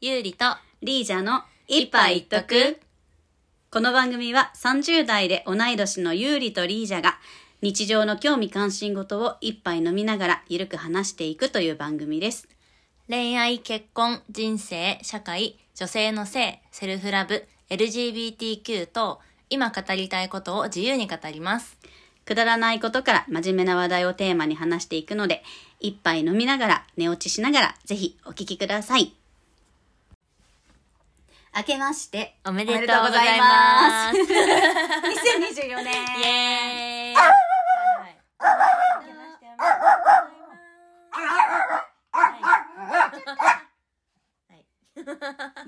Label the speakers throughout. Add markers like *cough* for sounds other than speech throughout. Speaker 1: ゆうりと
Speaker 2: リージャの一杯一徳。この番組は30代で同い年のユーリとリージャが日常の興味関心事を一杯飲みながらゆるく話していくという番組です。
Speaker 1: 恋愛、結婚、人生、社会、女性の性、セルフラブ、LGBTQ と今語りたいことを自由に語ります。
Speaker 2: くだらないことから真面目な話題をテーマに話していくので、一杯飲みながら寝落ちしながらぜひお聞きください。明けまして
Speaker 1: おめでとうございます。イ
Speaker 2: す。2024年。
Speaker 1: エーイ。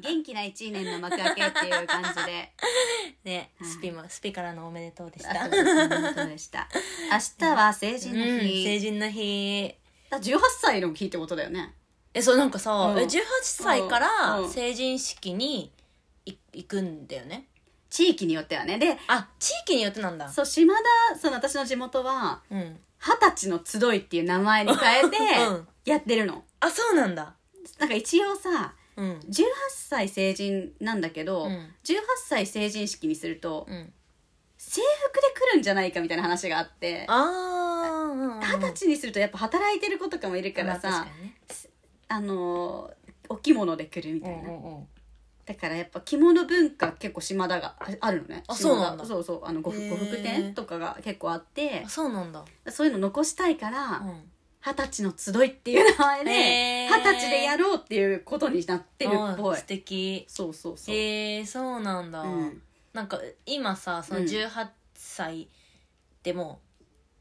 Speaker 2: 元気な1年の幕開けっていう感じで。
Speaker 1: ね、スピも、スピからのおめでとうでし
Speaker 2: あ
Speaker 1: た。
Speaker 2: そうですね本当でした。明日は成人の
Speaker 1: うん成
Speaker 2: 日。
Speaker 1: 人の日。
Speaker 2: だ18歳の日ってことだよね。
Speaker 1: え、そう、なんかさ、
Speaker 2: うん
Speaker 1: え18歳か
Speaker 2: う
Speaker 1: ら
Speaker 2: ん
Speaker 1: 成人式にい行くんだよね。
Speaker 2: 地域によってはね。で、
Speaker 1: あ、地域によってなんだ。
Speaker 2: そう、島田、その私の地元は、
Speaker 1: うん。
Speaker 2: 二十歳の集いっていう名前に変えて
Speaker 1: うん、
Speaker 2: やってるの。
Speaker 1: あ、そうなんだ。
Speaker 2: なんか一応さ、
Speaker 1: うん。
Speaker 2: 18歳成人なんだけど、
Speaker 1: うん
Speaker 2: 18歳成人式にすると、
Speaker 1: うん。
Speaker 2: 制服で来るんじゃないかみたいな話があって、
Speaker 1: ああ。
Speaker 2: 二十歳にするとやっぱ働いてる子とかもいるから
Speaker 1: まあ
Speaker 2: さ
Speaker 1: 確、かにね
Speaker 2: あのー、お着物で来るみたいな。
Speaker 1: うんうん
Speaker 2: だからやっぱ着物文化結構島田がああるのね
Speaker 1: あ
Speaker 2: 島田
Speaker 1: そうなんだ
Speaker 2: そうそうあの呉服
Speaker 1: へー
Speaker 2: 呉服店とかが結構あって
Speaker 1: あそうなんだ。
Speaker 2: そういうの残したいから
Speaker 1: うん。
Speaker 2: 二十、歳の集いっていう名前で
Speaker 1: へー
Speaker 2: 二十歳でやろうっていうことになってるっぽ
Speaker 1: あ
Speaker 2: い
Speaker 1: 素敵。
Speaker 2: そうそうそう、
Speaker 1: へえ、そうなんだ。
Speaker 2: うん
Speaker 1: なんか今さその
Speaker 2: うん
Speaker 1: 18歳でも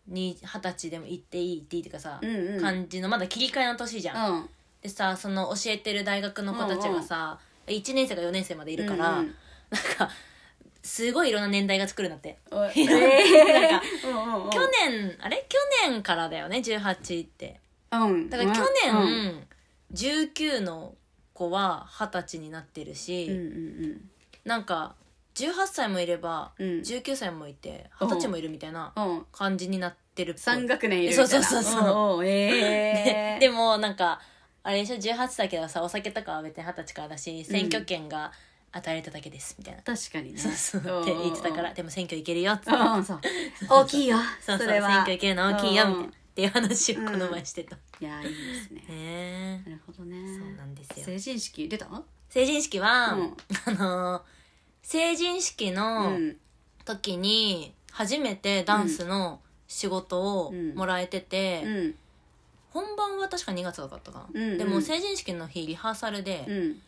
Speaker 1: に二十歳でも行っていいっていいっていうかさ、
Speaker 2: うんうん
Speaker 1: 感じのまだ切り替えの年じゃん、
Speaker 2: うん
Speaker 1: でさその教えてる大学の子たちがさ、1年生か4年生までいるから、
Speaker 2: うんうん
Speaker 1: なんかすごいいろんな年代が作るんだって
Speaker 2: おい
Speaker 1: なんか
Speaker 2: うんうんうん
Speaker 1: 去年あれ去年からだよね18って
Speaker 2: うん
Speaker 1: だから去
Speaker 2: うん
Speaker 1: 年、19の子は二十歳になってるし、
Speaker 2: うんうん
Speaker 1: なんか18歳もいれば
Speaker 2: うんうん
Speaker 1: 19歳もいて二十歳もいるみたいな
Speaker 2: うん
Speaker 1: 感じになってるっぽい
Speaker 2: 三学年いるみたいな
Speaker 1: そうそうそうそう
Speaker 2: おうおう
Speaker 1: で
Speaker 2: え
Speaker 1: *laughs*
Speaker 2: ー、
Speaker 1: でもなんかあれでしょ18歳だけどさお酒とかは別に二十歳からだし選挙権が与えられただけですみたいな、
Speaker 2: 確かにね
Speaker 1: そうそうって言ってたからでも選挙行けるよっつって
Speaker 2: うんうんそう大きいよ
Speaker 1: そうそう
Speaker 2: れ
Speaker 1: 選
Speaker 2: は
Speaker 1: 挙行けるの大きいよみたいなっ
Speaker 2: うん
Speaker 1: ていう話をこの前してた、
Speaker 2: いやいいですね。
Speaker 1: へえ
Speaker 2: なるほどね。
Speaker 1: そうなんですよ
Speaker 2: 成人式出た？
Speaker 1: 成人式は、
Speaker 2: うん
Speaker 1: あのー成人式
Speaker 2: う
Speaker 1: の
Speaker 2: ん。
Speaker 1: 時に初めてダンスの仕事をもらえてて、
Speaker 2: うん。
Speaker 1: 本番は確か2月だったかな、
Speaker 2: うんうん
Speaker 1: でも成人式の日リハーサル
Speaker 2: う
Speaker 1: で
Speaker 2: ん。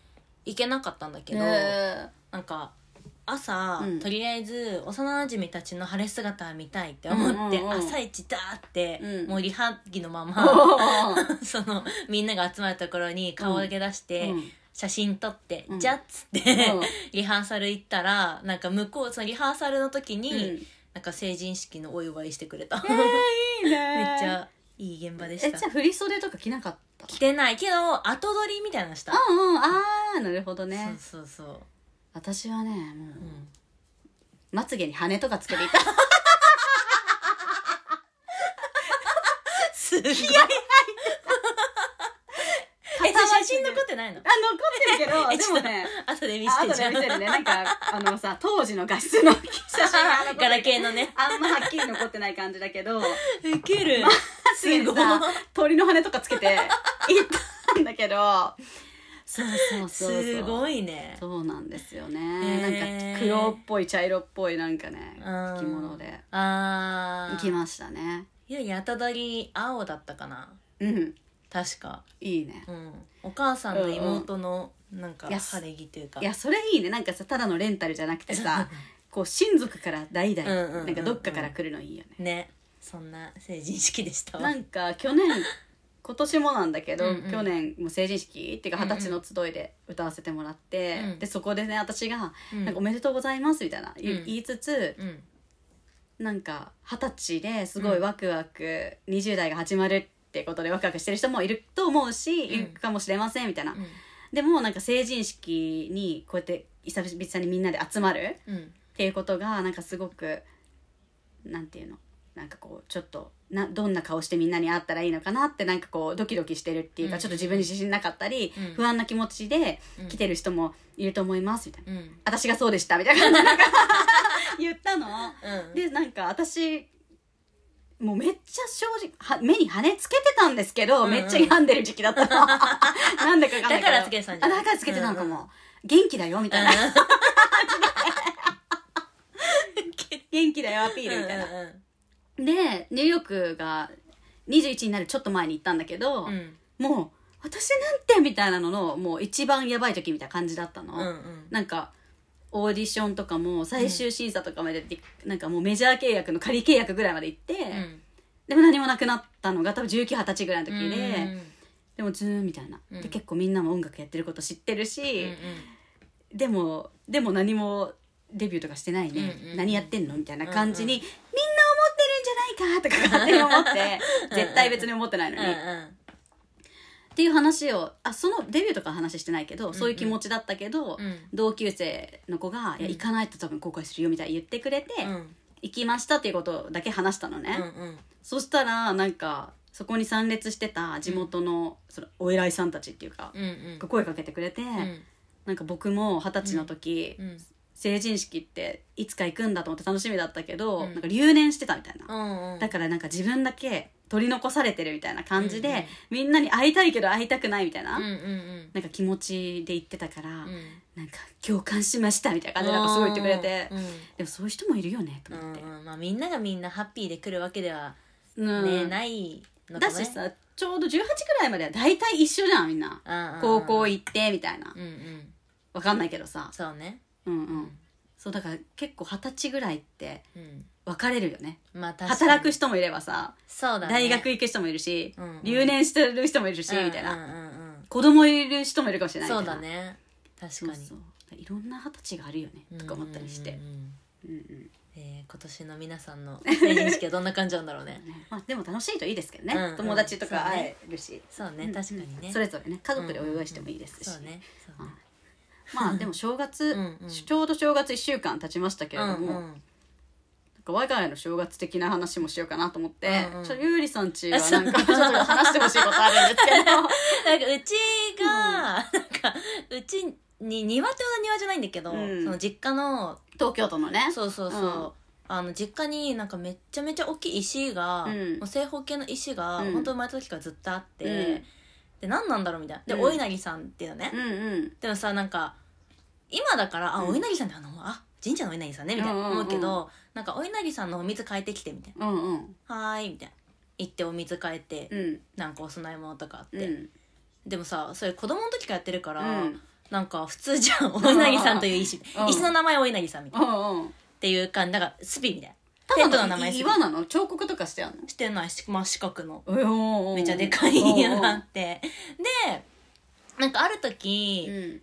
Speaker 1: 行けなかったんだけど、
Speaker 2: え
Speaker 1: なんか朝、
Speaker 2: うん
Speaker 1: とりあえず幼馴染たちの晴れ姿見たいって思って、
Speaker 2: うんうんうん
Speaker 1: 朝一だーって、
Speaker 2: うん
Speaker 1: もうリハ着のま
Speaker 2: ー
Speaker 1: ま
Speaker 2: *laughs*
Speaker 1: そのみんなが集まるところに顔だけ出して、
Speaker 2: うん
Speaker 1: 写真撮って、
Speaker 2: うん
Speaker 1: じゃっつって、
Speaker 2: うん
Speaker 1: *laughs* リハーサル行ったらなんか向こうそのリハーサルの時に、
Speaker 2: うん
Speaker 1: なんか成人式のお祝いしてくれた、
Speaker 2: えーいいね。
Speaker 1: *laughs* めっちゃいい現場で
Speaker 2: え
Speaker 1: し
Speaker 2: じ
Speaker 1: た
Speaker 2: ゃあ振り袖とか着なかった？
Speaker 1: 着てないけど後撮りみたいなのした、
Speaker 2: うんうんああなるほどね。
Speaker 1: そうそうそう、
Speaker 2: 私はねもう
Speaker 1: う
Speaker 2: *laughs*
Speaker 1: ん、
Speaker 2: まつげに羽とかつけていた。
Speaker 1: すごいえ、それ写真残ってないの
Speaker 2: あ残ってるけ *laughs* ど
Speaker 1: えち
Speaker 2: で
Speaker 1: ょっ
Speaker 2: も
Speaker 1: と
Speaker 2: ね。
Speaker 1: 後で見
Speaker 2: あ
Speaker 1: せ
Speaker 2: 後
Speaker 1: てじ
Speaker 2: で
Speaker 1: ゃん。
Speaker 2: 見せ
Speaker 1: *laughs*
Speaker 2: るね。なんか、あのさ、当時の画質の写 *laughs* 真が
Speaker 1: ガ
Speaker 2: 残っ
Speaker 1: ラ
Speaker 2: て
Speaker 1: ケ
Speaker 2: る
Speaker 1: ーのね。
Speaker 2: あんまはっきり残ってない感じだ
Speaker 1: *laughs*
Speaker 2: けど。
Speaker 1: ウケ
Speaker 2: *laughs*
Speaker 1: る。
Speaker 2: すげえ
Speaker 1: すごい
Speaker 2: さ鳥の羽とかつけ
Speaker 1: *laughs*
Speaker 2: て行ったんだけどそうそうそうそう
Speaker 1: すごいね。
Speaker 2: そうなんですよね、
Speaker 1: へー
Speaker 2: なんか黒っぽい茶色っぽいなんか
Speaker 1: う
Speaker 2: ね
Speaker 1: ん
Speaker 2: 着物で
Speaker 1: あー。
Speaker 2: 行きましたね
Speaker 1: いや、やたどり青だったかな。
Speaker 2: うん
Speaker 1: 確か。
Speaker 2: いいね
Speaker 1: うん。お母さんの妹の、なんか、
Speaker 2: いやす
Speaker 1: 晴れ着というか。
Speaker 2: いやそれいいねなんかさただのレンタルじゃなくてさこう親族から代々、
Speaker 1: うんうんうんうん
Speaker 2: なんかどっかから来るのいいよね、
Speaker 1: ね。そんな成人式でした
Speaker 2: な
Speaker 1: わ。
Speaker 2: んか去年 *laughs* 今年もなんだけど、
Speaker 1: うんうん
Speaker 2: 去年もう成人式っていうか二十歳の集いで歌わせてもらって、
Speaker 1: うん
Speaker 2: でそこでね私が
Speaker 1: うん
Speaker 2: なんかおめでとうございますみたいな、言い
Speaker 1: うん
Speaker 2: 言いつつ
Speaker 1: うん。
Speaker 2: なんか二十歳ですごいワクワク、20代が始まるってことでワクワクしてる人もいると思うし、
Speaker 1: ん
Speaker 2: いるかもしれませんみたいな、
Speaker 1: うん
Speaker 2: でもなんか成人式にこうやって久々にみんなで集まる
Speaker 1: うん。
Speaker 2: っていうことがなんかすごくなんていうのなんかこうちょっとなどんな顔してみんなに会ったらいいのかなってなんかこうドキドキしてるっていうか、
Speaker 1: うん
Speaker 2: ちょっと自分に自信なかったり、
Speaker 1: うん
Speaker 2: 不安な気持ちで
Speaker 1: うん
Speaker 2: 来てる人もいると思いますみたいな、
Speaker 1: うん
Speaker 2: 私がそうでしたみたい
Speaker 1: *laughs*
Speaker 2: ななんか言ったの
Speaker 1: うん
Speaker 2: でなんか私もうめっちゃ正直は目に羽根つけてたんですけ
Speaker 1: う
Speaker 2: ど、
Speaker 1: んうん
Speaker 2: めっちゃ病んでる時期だった
Speaker 1: *laughs*
Speaker 2: のなんでかわかんないけど
Speaker 1: だからつけてたんじゃ
Speaker 2: あ
Speaker 1: ない
Speaker 2: だからつけてたのかも、元気だよみたいな、元気だよアピールみたいな、でニューヨークが21になるちょっと前に行ったんだけど、
Speaker 1: うん
Speaker 2: もう私なんてみたいなののもう一番やばい時みたいな感じだったの、
Speaker 1: うんうん
Speaker 2: なんかオーディションとかも最終審査とかまでで、なんかもうメジャー契約の仮契約ぐらいまで行って、
Speaker 1: うん
Speaker 2: でも何もなくなったのが多分1920歳ぐらいの時で、
Speaker 1: うん
Speaker 2: でもズーンみたいな、
Speaker 1: うん
Speaker 2: で結構みんなも音楽やってること知ってる
Speaker 1: うん
Speaker 2: し
Speaker 1: うん、
Speaker 2: でもでも何もデビューとかしてないね、
Speaker 1: うんうん
Speaker 2: 何やってんのみたいな感じに、みんな思ってるんじゃないかと
Speaker 1: *laughs*
Speaker 2: か勝手に思って絶対別に思ってないのに、っ
Speaker 1: うん
Speaker 2: ていう話をあそのデビューとかは話してないけど、そういう気持ちだったけど、
Speaker 1: うん
Speaker 2: 同級生の子が「いや行かないと多分後悔するよ」みたいに言ってくれて、
Speaker 1: うん
Speaker 2: 行きましたっていうことだけ話したのね、
Speaker 1: うんうん
Speaker 2: そしたらなんかそこに参列してた地元のそのお偉いさんたちっていうか、
Speaker 1: うんうん
Speaker 2: 声かけてくれて、
Speaker 1: うん
Speaker 2: なんか僕も二十歳の時、
Speaker 1: うん
Speaker 2: 成人式っていつか行くんだと思って楽しみだったけど、
Speaker 1: うん
Speaker 2: なんか留年してたみたいな、
Speaker 1: うんうん
Speaker 2: だからなんか自分だけ取り残されてるみたいな感じで、
Speaker 1: うんうん
Speaker 2: みんなに会いたいけど会いたくないみたいな、
Speaker 1: うんうん
Speaker 2: なんか気持ちで言ってたから、
Speaker 1: うんうん
Speaker 2: なんか共感しましたみたいな感じでなんかすごい言ってくれて、
Speaker 1: うん
Speaker 2: でもそういう人もいるよねと
Speaker 1: う
Speaker 2: 思
Speaker 1: ん
Speaker 2: って、
Speaker 1: うんまあみんながみんなハッピーで来るわけでは
Speaker 2: うん
Speaker 1: ねないのか
Speaker 2: だ
Speaker 1: もね
Speaker 2: しさちょうど18ぐらいまでは大体一緒じゃんみんな
Speaker 1: うんうん
Speaker 2: 高校行ってみたいな
Speaker 1: うんうん
Speaker 2: わかんないけどさ
Speaker 1: そうね
Speaker 2: うんうんそうだから結構二十歳ぐらいって
Speaker 1: うん
Speaker 2: 分かれるよね
Speaker 1: まあ確かに
Speaker 2: 働く人もいればさ、
Speaker 1: そうだね
Speaker 2: 大学行く人もいるし、
Speaker 1: うんうん
Speaker 2: 留年してる人もいるし、みたいな
Speaker 1: うんうんうんうん
Speaker 2: 子供いる人もいるかもしれないみ
Speaker 1: そう
Speaker 2: たいな
Speaker 1: だね確
Speaker 2: そう
Speaker 1: か
Speaker 2: そう
Speaker 1: に
Speaker 2: いろんな二十歳があるよねとか思ったりして
Speaker 1: うんうんうん
Speaker 2: うんうん
Speaker 1: えー今年の皆さんの成人式はどんな感じなんだろうね
Speaker 2: ねまあでも楽しいといいですけどね、
Speaker 1: うんうん
Speaker 2: 友達とか会えるし、
Speaker 1: そうね確かにね
Speaker 2: それぞれね家族でお祝いしてもいいですし、
Speaker 1: そうねそうね *laughs*
Speaker 2: まあでも正月
Speaker 1: うんうん
Speaker 2: ちょうど正月1週間経ちましたけれども、
Speaker 1: うん
Speaker 2: なん
Speaker 1: うん
Speaker 2: か我が家の正月的な話もしようかなと思って、
Speaker 1: うんうん
Speaker 2: ちょっとゆうりさんちはなんかちょっと話してほしいことあるんですけど
Speaker 1: なんかうちが、なんかうちに庭ってほど庭じゃないんだけど、
Speaker 2: うん
Speaker 1: その実家の
Speaker 2: 東京都のね
Speaker 1: そうそうそう、
Speaker 2: うん
Speaker 1: あの実家になんかめっちゃめちゃ大きい石が、
Speaker 2: うん
Speaker 1: もう正方形の石が、
Speaker 2: うん
Speaker 1: 本当生まれた時からずっとあって、
Speaker 2: うん
Speaker 1: で何なんだろうみたいなで、
Speaker 2: うん
Speaker 1: お稲荷さんっていうのね、
Speaker 2: うんうん
Speaker 1: でもさなんか今だからあ、
Speaker 2: うん
Speaker 1: お稲荷さんってあのあ神社のお稲荷さんねみたいな思うけど、
Speaker 2: うんうん
Speaker 1: なんかお稲荷さんのお水変えてきてみたい
Speaker 2: うんうん
Speaker 1: な「はーい」みたいな行ってお水変えて、
Speaker 2: うん
Speaker 1: なんかお供え物とかあって、
Speaker 2: うん
Speaker 1: でもさそれ子供の時からやってるから、
Speaker 2: うん
Speaker 1: なんか普通じゃんお稲荷さんという石
Speaker 2: うん
Speaker 1: 石の名前お稲荷さんみたいな、っ
Speaker 2: うんうん
Speaker 1: ていう感じなんかスピみたいな
Speaker 2: た
Speaker 1: ペ
Speaker 2: だ
Speaker 1: ッ
Speaker 2: の
Speaker 1: トの名前スピ
Speaker 2: 岩なの彫刻とかしてあるの
Speaker 1: してないし真四角の
Speaker 2: おいおいおいおい
Speaker 1: めっちゃでかいのがあってでなんかある時、
Speaker 2: うん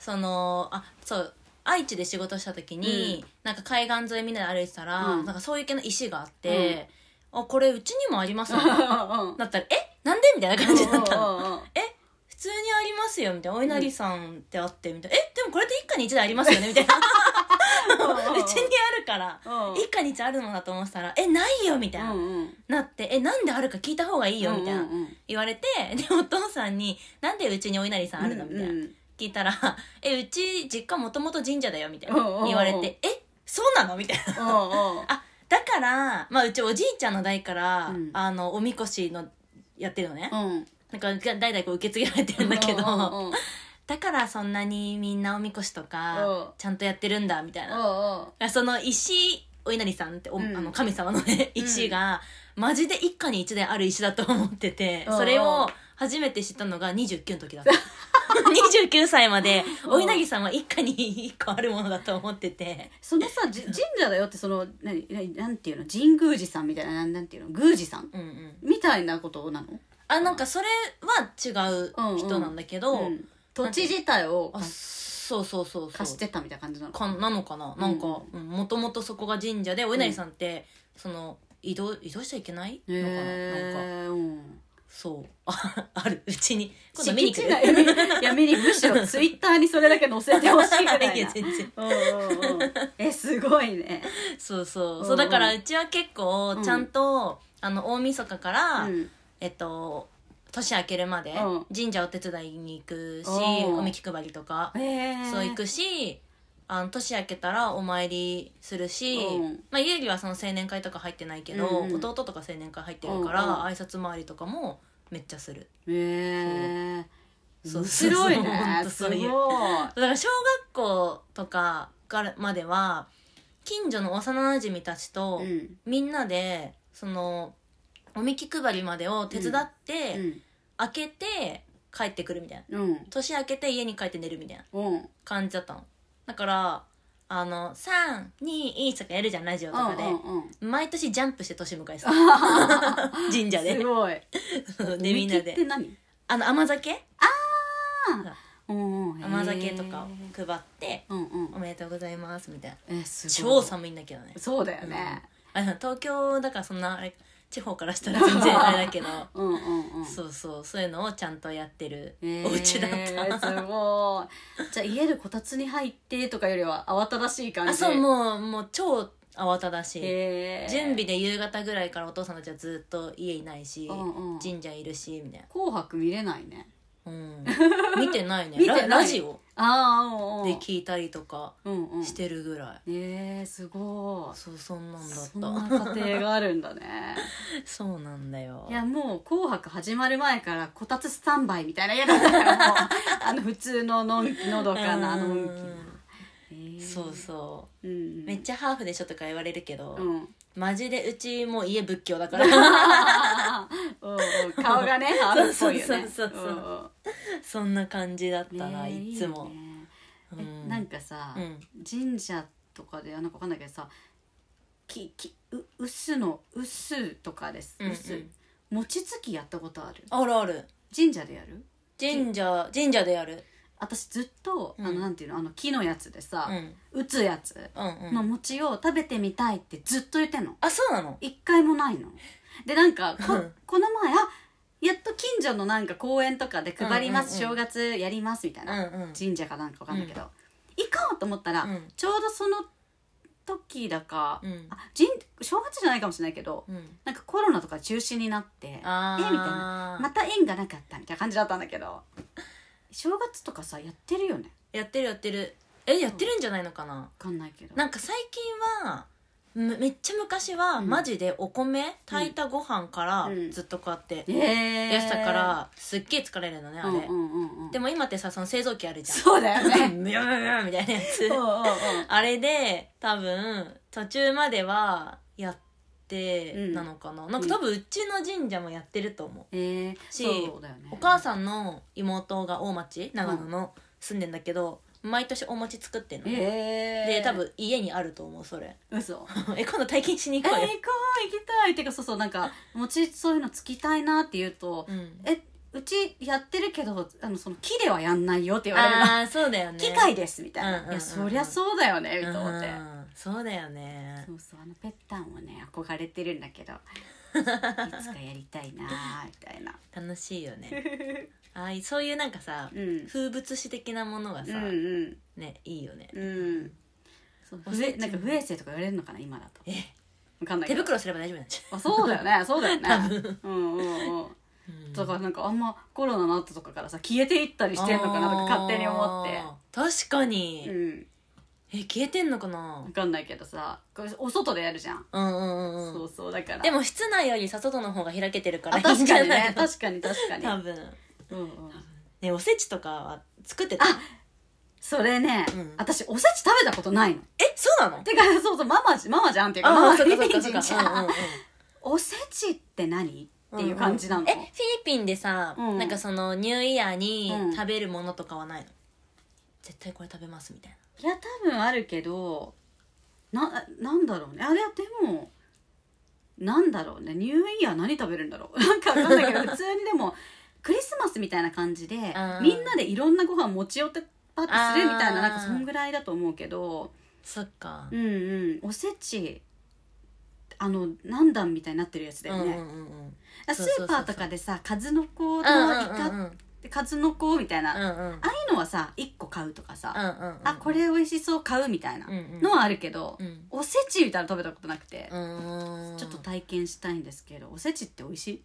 Speaker 1: そのあそう愛知で仕事した時に、なんか海岸沿いみんなで歩いてたら、
Speaker 2: うん
Speaker 1: なんかそういう系の石があって、あこれうちにもありますよだ
Speaker 2: *laughs*
Speaker 1: ったら「えなんで?」みたいな感じだったの。え普通にありますよみたいなお稲荷さんってあってみたいな、えでもこれって一家に一台ありますよねみたいな *laughs* うちにあるから
Speaker 2: うん
Speaker 1: 一家に一台あるのだと思ってたらえないよみたいな、
Speaker 2: うんうん
Speaker 1: なってえなんであるか聞いた方がいいよみたいな、
Speaker 2: うんうんうん
Speaker 1: 言われて *laughs* でお父さんに「なんでうちにお稲荷さんあるの?」みたいな、
Speaker 2: うんうん
Speaker 1: 聞いたら「えうち実家もともと神社だよ」みたいな
Speaker 2: うんうんうん
Speaker 1: 言われて「えそうなの?」みたいな
Speaker 2: うんうん
Speaker 1: あだから、まあ、うちおじいちゃんの代から、
Speaker 2: うん
Speaker 1: あのおみこしのやってるのね、
Speaker 2: うん
Speaker 1: なんか代々こう受け継げられてるんだけど、
Speaker 2: うんうんうん
Speaker 1: だからそんなにみんなおみこしと
Speaker 2: うん
Speaker 1: かちゃんとやってるんだみたいな、
Speaker 2: おうおう
Speaker 1: その石お稲荷さんってお、
Speaker 2: うん
Speaker 1: あの神様のね
Speaker 2: うん
Speaker 1: 石が、マジで一家に一台ある石だと思ってて、
Speaker 2: うん
Speaker 1: それを初めて知ったのが29の時
Speaker 2: *laughs*
Speaker 1: だった29歳まで
Speaker 2: うん
Speaker 1: お稲荷さんは一家に一個あるものだと思ってて
Speaker 2: そのさじ神社だよってその何何なんていうの神宮寺さんみたいななんなんていうの宮司さん
Speaker 1: うんうん
Speaker 2: みたいなことなの
Speaker 1: あなんかそれは違う人なんだけど、
Speaker 2: うん土地自体を
Speaker 1: あそうそうそうそう
Speaker 2: 貸してたみたいな感じなの
Speaker 1: かなのかな、なんかもともとそこが神社でお稲荷さんって、その移動移動しちゃいけないのかななんか
Speaker 2: へえうん
Speaker 1: そう *laughs* ああるうちに今度見
Speaker 2: 敷
Speaker 1: に来
Speaker 2: 地
Speaker 1: る
Speaker 2: 内にいや見にむしろツイッターにそれだけ載せてほしいぐらい
Speaker 1: *laughs*
Speaker 2: な
Speaker 1: いや全然
Speaker 2: おうおうおうえすごいね
Speaker 1: そうそう
Speaker 2: う
Speaker 1: そ
Speaker 2: ん
Speaker 1: うだからうちは結構ちゃんと、あの大晦日から、
Speaker 2: うん
Speaker 1: えっと年明けるまで
Speaker 2: うん
Speaker 1: 神社お手伝いに行くし、
Speaker 2: うん
Speaker 1: おみき配りとか、
Speaker 2: えー
Speaker 1: そう行くしあの年明けたらお参りするし、
Speaker 2: うん
Speaker 1: まあ、ゆうりはその青年会とか入ってないけど、
Speaker 2: うんうん
Speaker 1: 弟とか青年会入ってるから、
Speaker 2: うんうん
Speaker 1: 挨拶回りとかもめっちゃする
Speaker 2: えー
Speaker 1: そう
Speaker 2: 面白い
Speaker 1: そうそうほ
Speaker 2: ね
Speaker 1: んと
Speaker 2: す
Speaker 1: そ
Speaker 2: ご
Speaker 1: う
Speaker 2: い
Speaker 1: いうだから小学校とかからまでは近所の幼なじみたちと、
Speaker 2: うん
Speaker 1: みんなでそのおみき配りまでを手伝って、
Speaker 2: うん
Speaker 1: 開けて帰ってくるみたいな
Speaker 2: うん
Speaker 1: 年明けて家に帰って寝るみたいな
Speaker 2: うん
Speaker 1: 感じだったのだからあの321とかやるじゃんラジオとかで、
Speaker 2: うんうんうん
Speaker 1: 毎年ジャンプして年迎
Speaker 2: *laughs*
Speaker 1: えさ神社
Speaker 2: す
Speaker 1: で
Speaker 2: ごい
Speaker 1: *laughs* でみんな
Speaker 2: おみきって
Speaker 1: で
Speaker 2: 何
Speaker 1: あの甘酒
Speaker 2: うんうん
Speaker 1: 甘酒とか
Speaker 2: へ
Speaker 1: を配って
Speaker 2: ーうん
Speaker 1: 「
Speaker 2: うん
Speaker 1: おめでとうございます」みたいな
Speaker 2: えすご
Speaker 1: 超
Speaker 2: い
Speaker 1: 寒いんだけどね
Speaker 2: そうだよね
Speaker 1: あでも東京だからそんなあれ地方からしたら全然あれだけど
Speaker 2: *laughs* うんうんうん
Speaker 1: そうそうそういうのをちゃんとやってる
Speaker 2: えー
Speaker 1: お家だった、
Speaker 2: すごいじゃあ家でこたつに入ってとかよりは慌ただしい感じ
Speaker 1: あそうもうもう超慌ただしい、
Speaker 2: へー
Speaker 1: 準備で夕方ぐらいからお父さんたちはずっと家いないし、
Speaker 2: うんうん
Speaker 1: 神社いるしみたいな、
Speaker 2: 紅白見れないね *laughs*
Speaker 1: うん、見てないね
Speaker 2: 見てない
Speaker 1: ララジオ
Speaker 2: ああうんうん
Speaker 1: で聞いたりとか
Speaker 2: うんうん
Speaker 1: してるぐらい、
Speaker 2: えー、すごい
Speaker 1: そうそんなんだった
Speaker 2: そんな家庭があるんだね
Speaker 1: *laughs* そうなんだよ
Speaker 2: いやもう「紅白」始まる前からこたつスタンバイみたいな家だったからも *laughs* うあの普通ののんのどかなのんきな
Speaker 1: うん
Speaker 2: えー
Speaker 1: そうそ
Speaker 2: うんうん
Speaker 1: うめっちゃハーフでしょとか言われるけど、
Speaker 2: うん
Speaker 1: マジでうちもう家仏教
Speaker 2: *laughs*
Speaker 1: だから
Speaker 2: おうおう顔が *laughs* ねハーフっぽいよね
Speaker 1: そうそうそうそう
Speaker 2: おうおう
Speaker 1: そんな感じだったな、
Speaker 2: ねえ
Speaker 1: いつも
Speaker 2: いいね
Speaker 1: う
Speaker 2: え
Speaker 1: ん
Speaker 2: なんかさ、
Speaker 1: うん
Speaker 2: 神社とかでなんかわかんないけどさききううすのうすとかです、
Speaker 1: うんうん
Speaker 2: うす餅つきやったことある
Speaker 1: あるある
Speaker 2: 神社でやる
Speaker 1: 神社神社でやる、
Speaker 2: 私ずっと、
Speaker 1: うん
Speaker 2: あのなんていうのあの木のやつでさ
Speaker 1: う、ん、
Speaker 2: 打つやつ
Speaker 1: うんうん
Speaker 2: の餅を食べてみたいってずっと言ってんの
Speaker 1: あそうなの
Speaker 2: 一回もないのでなんかこ,、
Speaker 1: うん
Speaker 2: この前あやっと近所のなんか公園とかで配ります、
Speaker 1: うんうんう
Speaker 2: 正月やりますみたいな、
Speaker 1: うんうん
Speaker 2: 神社かなんかわかんないけど、行こうと思ったら、
Speaker 1: うん
Speaker 2: ちょうどその時だか、
Speaker 1: うん
Speaker 2: あ神正月じゃないかもしれないけど、
Speaker 1: うん
Speaker 2: なんかコロナとか中止になって
Speaker 1: あ
Speaker 2: えみたい
Speaker 1: あ
Speaker 2: また縁がなかったみたいな感じだったんだけど正月とかさやってるよね
Speaker 1: やってるやってるえやってるんじゃないのかな
Speaker 2: わかんないけど
Speaker 1: なんか最近はめめっちゃ昔は
Speaker 2: うん
Speaker 1: マジでお米炊いたご飯から
Speaker 2: うん
Speaker 1: ずっとこうやって
Speaker 2: え
Speaker 1: やってたからすっげえ疲れるのねあ
Speaker 2: うんう
Speaker 1: れ
Speaker 2: んうんうん
Speaker 1: でも今ってさその製造機あるじ
Speaker 2: そうだ
Speaker 1: ゃ *laughs*
Speaker 2: よね
Speaker 1: んむやむやむやみたいなやつ
Speaker 2: うんうんうん
Speaker 1: *laughs* あれで多分途中まではやってなのかななんか多分うちの神社もやってると思う
Speaker 2: えー、
Speaker 1: し
Speaker 2: そうだよね
Speaker 1: お母さんの妹が大町長野の住んでんだけど、毎年お餅作ってんのね、
Speaker 2: えー、
Speaker 1: で多分家にあると思うそれ *laughs*
Speaker 2: 嘘
Speaker 1: え今度体験しに
Speaker 2: えー、
Speaker 1: 行
Speaker 2: 行
Speaker 1: こう
Speaker 2: こう
Speaker 1: よ
Speaker 2: 行、きたいっていうかそうそうなんか餅そういうのつきたいなって言うと、
Speaker 1: うん、
Speaker 2: えうちやってるけどあのその木ではやんないよって言われるの、
Speaker 1: ああそうだよね
Speaker 2: 機械ですみたいな、
Speaker 1: うんうんうん
Speaker 2: いやそりゃそうだよね
Speaker 1: う
Speaker 2: と思って、
Speaker 1: んそうだよね
Speaker 2: そうそうあのぺったんをね憧れてるんだけどいつかやりたいなみたいな
Speaker 1: 楽しいよねああいうそういうなんかさ、
Speaker 2: うん
Speaker 1: 風物詩的なものが
Speaker 2: う
Speaker 1: さ、
Speaker 2: ん
Speaker 1: ねいいよね
Speaker 2: うんうんそう
Speaker 1: お
Speaker 2: 不衛
Speaker 1: せちも
Speaker 2: なんか不衛生とか言われるのかな今だと
Speaker 1: え
Speaker 2: わかんない
Speaker 1: 手
Speaker 2: けど
Speaker 1: 袋すれば大丈夫なんじ
Speaker 2: あそうだよねそうだよねうんうんうん
Speaker 1: ゃん、
Speaker 2: だからなんかあんまコロナの後とかからさ消えていったりしてんのかなとか勝手に思っ
Speaker 1: あー確か
Speaker 2: て
Speaker 1: に、
Speaker 2: うん
Speaker 1: え消えてんのかな
Speaker 2: わかんないけどさこれお外でやるじゃん、
Speaker 1: うんうんうん
Speaker 2: そううんそうだから
Speaker 1: でも室内よりさ外の方が開けてるか
Speaker 2: あ
Speaker 1: らいいん
Speaker 2: 確
Speaker 1: じ
Speaker 2: か
Speaker 1: ゃ
Speaker 2: に
Speaker 1: ない
Speaker 2: ね
Speaker 1: の
Speaker 2: 確かに確かに
Speaker 1: 多分
Speaker 2: うんうん
Speaker 1: ねおせちとかは作ってた
Speaker 2: あそれね、
Speaker 1: うん
Speaker 2: 私おせち食べたことないの
Speaker 1: えそうなの
Speaker 2: てかそうそうママじママじゃんっていうかマ
Speaker 1: あ
Speaker 2: マ
Speaker 1: あそっか
Speaker 2: フィリ
Speaker 1: そっ
Speaker 2: ピ
Speaker 1: か
Speaker 2: ン人
Speaker 1: そ
Speaker 2: じ
Speaker 1: っか
Speaker 2: ゃん
Speaker 1: うんうんうん
Speaker 2: おせちって何っていう感じなの、
Speaker 1: えフィリピンでさ
Speaker 2: うん
Speaker 1: なんかそのニューイヤーに
Speaker 2: うん
Speaker 1: 食べるものとかはないの絶対これ食べますみたいない
Speaker 2: や多分あるけどななんだろうねあれはでもなんだろうねニューイヤー何食べるんだろうなんかわかんないけど普通にでもクリスマスみたいな感じで
Speaker 1: あー
Speaker 2: みんなでいろんなご飯持ち寄ってパッてするみたいな
Speaker 1: あー
Speaker 2: なんかそんぐらいだと思うけど
Speaker 1: そっか
Speaker 2: うんうんおせちあの何段みたいになってるやつだよね、
Speaker 1: うんうんうん
Speaker 2: あ
Speaker 1: そ
Speaker 2: ス
Speaker 1: うそうそうそう
Speaker 2: ーパーとかでさ数の子のイ
Speaker 1: うんうんうん
Speaker 2: カって数の子みたいな、
Speaker 1: う
Speaker 2: あ
Speaker 1: んうんうん
Speaker 2: あいうのはさ1個買うとかさ、
Speaker 1: うんうん
Speaker 2: あこれ美味しそう買うみたいな
Speaker 1: うんうん
Speaker 2: のはあるけど、
Speaker 1: うん
Speaker 2: おせちみたいなの食べたことなくて
Speaker 1: う、ーん
Speaker 2: ちょっと体験したいんですけどおせちって美味しい、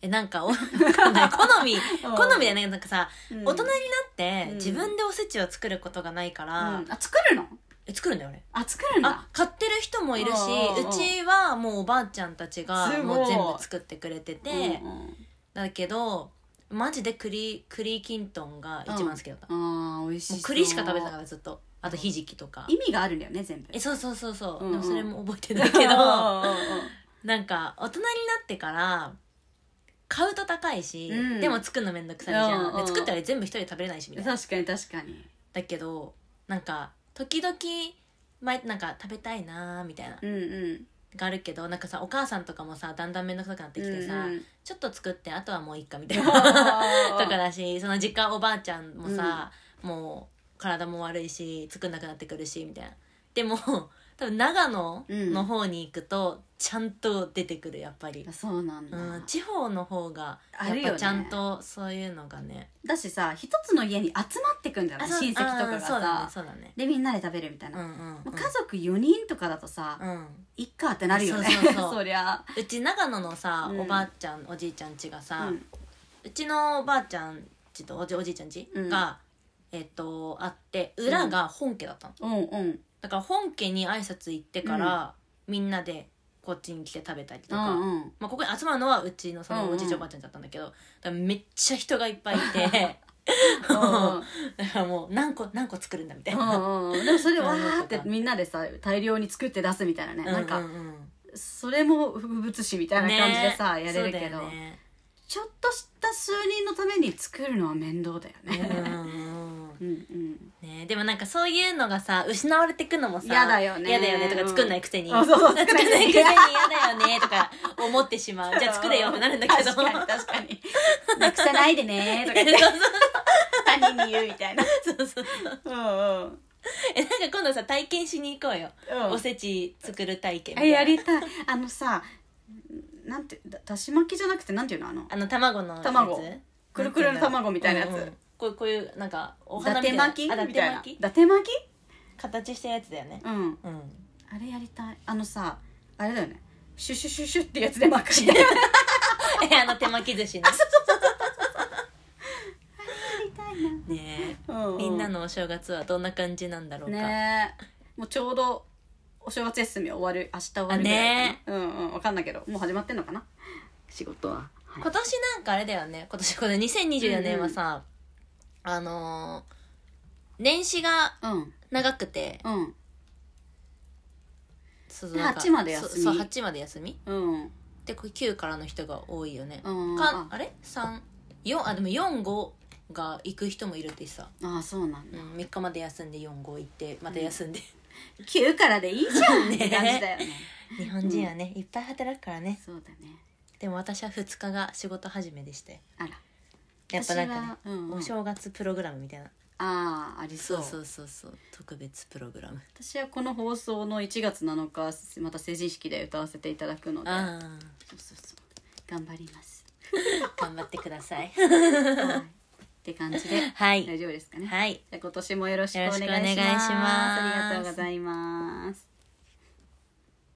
Speaker 1: えなんかお *laughs* わかんない好み好みでねなんかさ大人になって
Speaker 2: うん
Speaker 1: 自分でおせちを作ることがないか
Speaker 2: うん
Speaker 1: ら、
Speaker 2: あ作るの
Speaker 1: え作るんだよね
Speaker 2: あ作るん
Speaker 1: あ
Speaker 2: だ
Speaker 1: 買ってる人もいるし
Speaker 2: うんうんうん
Speaker 1: うちはもうおばあちゃんたちが
Speaker 2: すごい
Speaker 1: もう全部作ってくれてて、
Speaker 2: うんうん
Speaker 1: だけどマジで栗栗きんとんが一番好きだった、
Speaker 2: あー美味しい
Speaker 1: もう栗しか食べてなかったずっとあとひじきとか、
Speaker 2: 意味があるんだよね全部
Speaker 1: えそうそうそうそう、
Speaker 2: うんうん
Speaker 1: でもそれも覚えてないけ
Speaker 2: うん
Speaker 1: ど
Speaker 2: う
Speaker 1: なんか大人になってから買うと高いし、
Speaker 2: うん
Speaker 1: でも作るのめんどくさいじゃん、
Speaker 2: うんうん
Speaker 1: で作ったら全部一人で食べれないしみた
Speaker 2: ん
Speaker 1: いな
Speaker 2: *laughs* 確かに確かに
Speaker 1: だけどなんか時々前なんか食べたいなーみたいな
Speaker 2: うんうん
Speaker 1: があるけどなんかさお母さんとかもさだんだん面倒くさくなってきてさ、 *laughs*
Speaker 2: うんうん
Speaker 1: ちょっと作ってあとはもういいかみたいな
Speaker 2: だ
Speaker 1: とかだしその実家おばあちゃんもさ、もう体も悪いし作んなくなってくるしみたいなでも多分長野の方に行くとちゃんと出てくるやっぱり、
Speaker 2: そうなん
Speaker 1: う
Speaker 2: だ、
Speaker 1: ん、地方の方が
Speaker 2: あ
Speaker 1: やっ
Speaker 2: るよ
Speaker 1: ぱ
Speaker 2: ね
Speaker 1: ちゃんとそういうのがね
Speaker 2: だしさ一つの家に集まってくんだよね
Speaker 1: そう
Speaker 2: 親戚とかが
Speaker 1: あーそうだね
Speaker 2: さ、
Speaker 1: そうだね
Speaker 2: でみんなで食べるみたい
Speaker 1: うん
Speaker 2: な、
Speaker 1: うんうん、
Speaker 2: もう家族4人とかだとさ、
Speaker 1: うん
Speaker 2: いっかってなるよね
Speaker 1: そうそう
Speaker 2: *laughs*
Speaker 1: そう
Speaker 2: りゃ
Speaker 1: うち長野のさ、
Speaker 2: うん
Speaker 1: おばあちゃんおじいちゃんちがさ、う
Speaker 2: う
Speaker 1: んちのおばあちゃんちとおじおじいちゃんち
Speaker 2: うん
Speaker 1: が、えっとあって裏が本家だったの、
Speaker 2: うんうん
Speaker 1: だから本家に挨拶行ってから、みんなでこっちに来て食べたりと
Speaker 2: う
Speaker 1: か、
Speaker 2: んうん
Speaker 1: まあ、ここに集まるのはうちのそ
Speaker 2: うんう
Speaker 1: の
Speaker 2: ん
Speaker 1: おじいちゃんおばあちゃんだったんだけどだからめっちゃ人がいっぱいいて *laughs*
Speaker 2: うん
Speaker 1: だからもう何個何個作るんだみたいな。
Speaker 2: う
Speaker 1: *laughs*
Speaker 2: んうんでもそれ
Speaker 1: うん
Speaker 2: わーってみんなでさ大量に作って出すみたいなね、なん
Speaker 1: う
Speaker 2: か
Speaker 1: ううん
Speaker 2: それも風物詩みたいな感じでさ、やれるけど、
Speaker 1: そうだよね
Speaker 2: ちょっとした数人のために作るのは面倒だよ
Speaker 1: うん
Speaker 2: ね、
Speaker 1: うんうん
Speaker 2: うん、うん
Speaker 1: ね、でもなんかそういうのがさ失われてくのもさ
Speaker 2: 嫌だよね
Speaker 1: 嫌だよねとか作んないくせに、
Speaker 2: あそうそ
Speaker 1: *laughs*
Speaker 2: う
Speaker 1: 作んないくせに嫌だよねとか思ってしまうじゃあ作れよってなるんだけど
Speaker 2: 確かに確かに *laughs* なくさないでねとか言って他人に言うみたい *laughs* な
Speaker 1: そうそう
Speaker 2: うんうん
Speaker 1: えなんか今度さ体験しに行こうよ、
Speaker 2: うん
Speaker 1: おせち作る体験みた
Speaker 2: え
Speaker 1: いな
Speaker 2: やりたいあのさなんてだだし巻きじゃなくてなんていうのあの
Speaker 1: あの卵のやつ
Speaker 2: 卵くるくるの卵みたいなやつ
Speaker 1: うんうんこうこういうなんかお
Speaker 2: 伊
Speaker 1: 花みた
Speaker 2: 達
Speaker 1: いな
Speaker 2: 巻き
Speaker 1: あ
Speaker 2: みたいな
Speaker 1: 伊
Speaker 2: 伊
Speaker 1: 達巻き
Speaker 2: 達巻き
Speaker 1: 形したやつだよね
Speaker 2: うん
Speaker 1: うん
Speaker 2: あれやりたいあのさあれだよねシュシュシュシュってやつで巻くみたいな
Speaker 1: えあの手巻き寿司ね
Speaker 2: やりたいな
Speaker 1: ね
Speaker 2: う
Speaker 1: え
Speaker 2: ん
Speaker 1: *laughs* みんなのお正月はどんな感じなんだろうか、
Speaker 2: ねえもうちょうどお正月休み終わる明日終わるぐらいかなうんうんわかんないけどもう始まってんのかな仕事は、はい
Speaker 1: 今年なんかあれだよね今年これ2024年はさ、あのー年始が
Speaker 2: うん
Speaker 1: 長くて
Speaker 2: うん
Speaker 1: そうそうなんか
Speaker 2: 8まで休み
Speaker 1: そうそう8まで休み
Speaker 2: うん
Speaker 1: でこれ9からの人が多いよね、
Speaker 2: うん
Speaker 1: か
Speaker 2: あ
Speaker 1: あれ34あでも45が行く人もいるってさ、
Speaker 2: ああそうなん
Speaker 1: う
Speaker 2: だ
Speaker 1: ん、3日まで休んで45行ってまた休んで、
Speaker 2: 9からでいいじゃんって感じだよね
Speaker 1: *laughs* 日本人はね、いっぱい働くからね
Speaker 2: そうだね
Speaker 1: でも私は2日が仕事始めでして
Speaker 2: あら
Speaker 1: やっぱなんかね
Speaker 2: 私は、うんうん
Speaker 1: お正月プログラムみたいな
Speaker 2: ああありそ
Speaker 1: そううそうそうそう特別プログラム
Speaker 2: 私はこの放送の1月7日また成人式で歌わせていただくので
Speaker 1: ああ
Speaker 2: そうそうそう頑張ります、
Speaker 1: 頑張ってくだ *laughs* さい。
Speaker 2: はいって感じで
Speaker 1: *laughs* はい。
Speaker 2: 大丈夫ですかね、
Speaker 1: はい。
Speaker 2: じゃあ今年もよろしくお願いし
Speaker 1: よ
Speaker 2: ま
Speaker 1: ろ
Speaker 2: す
Speaker 1: しくお願いします
Speaker 2: ありがとうございます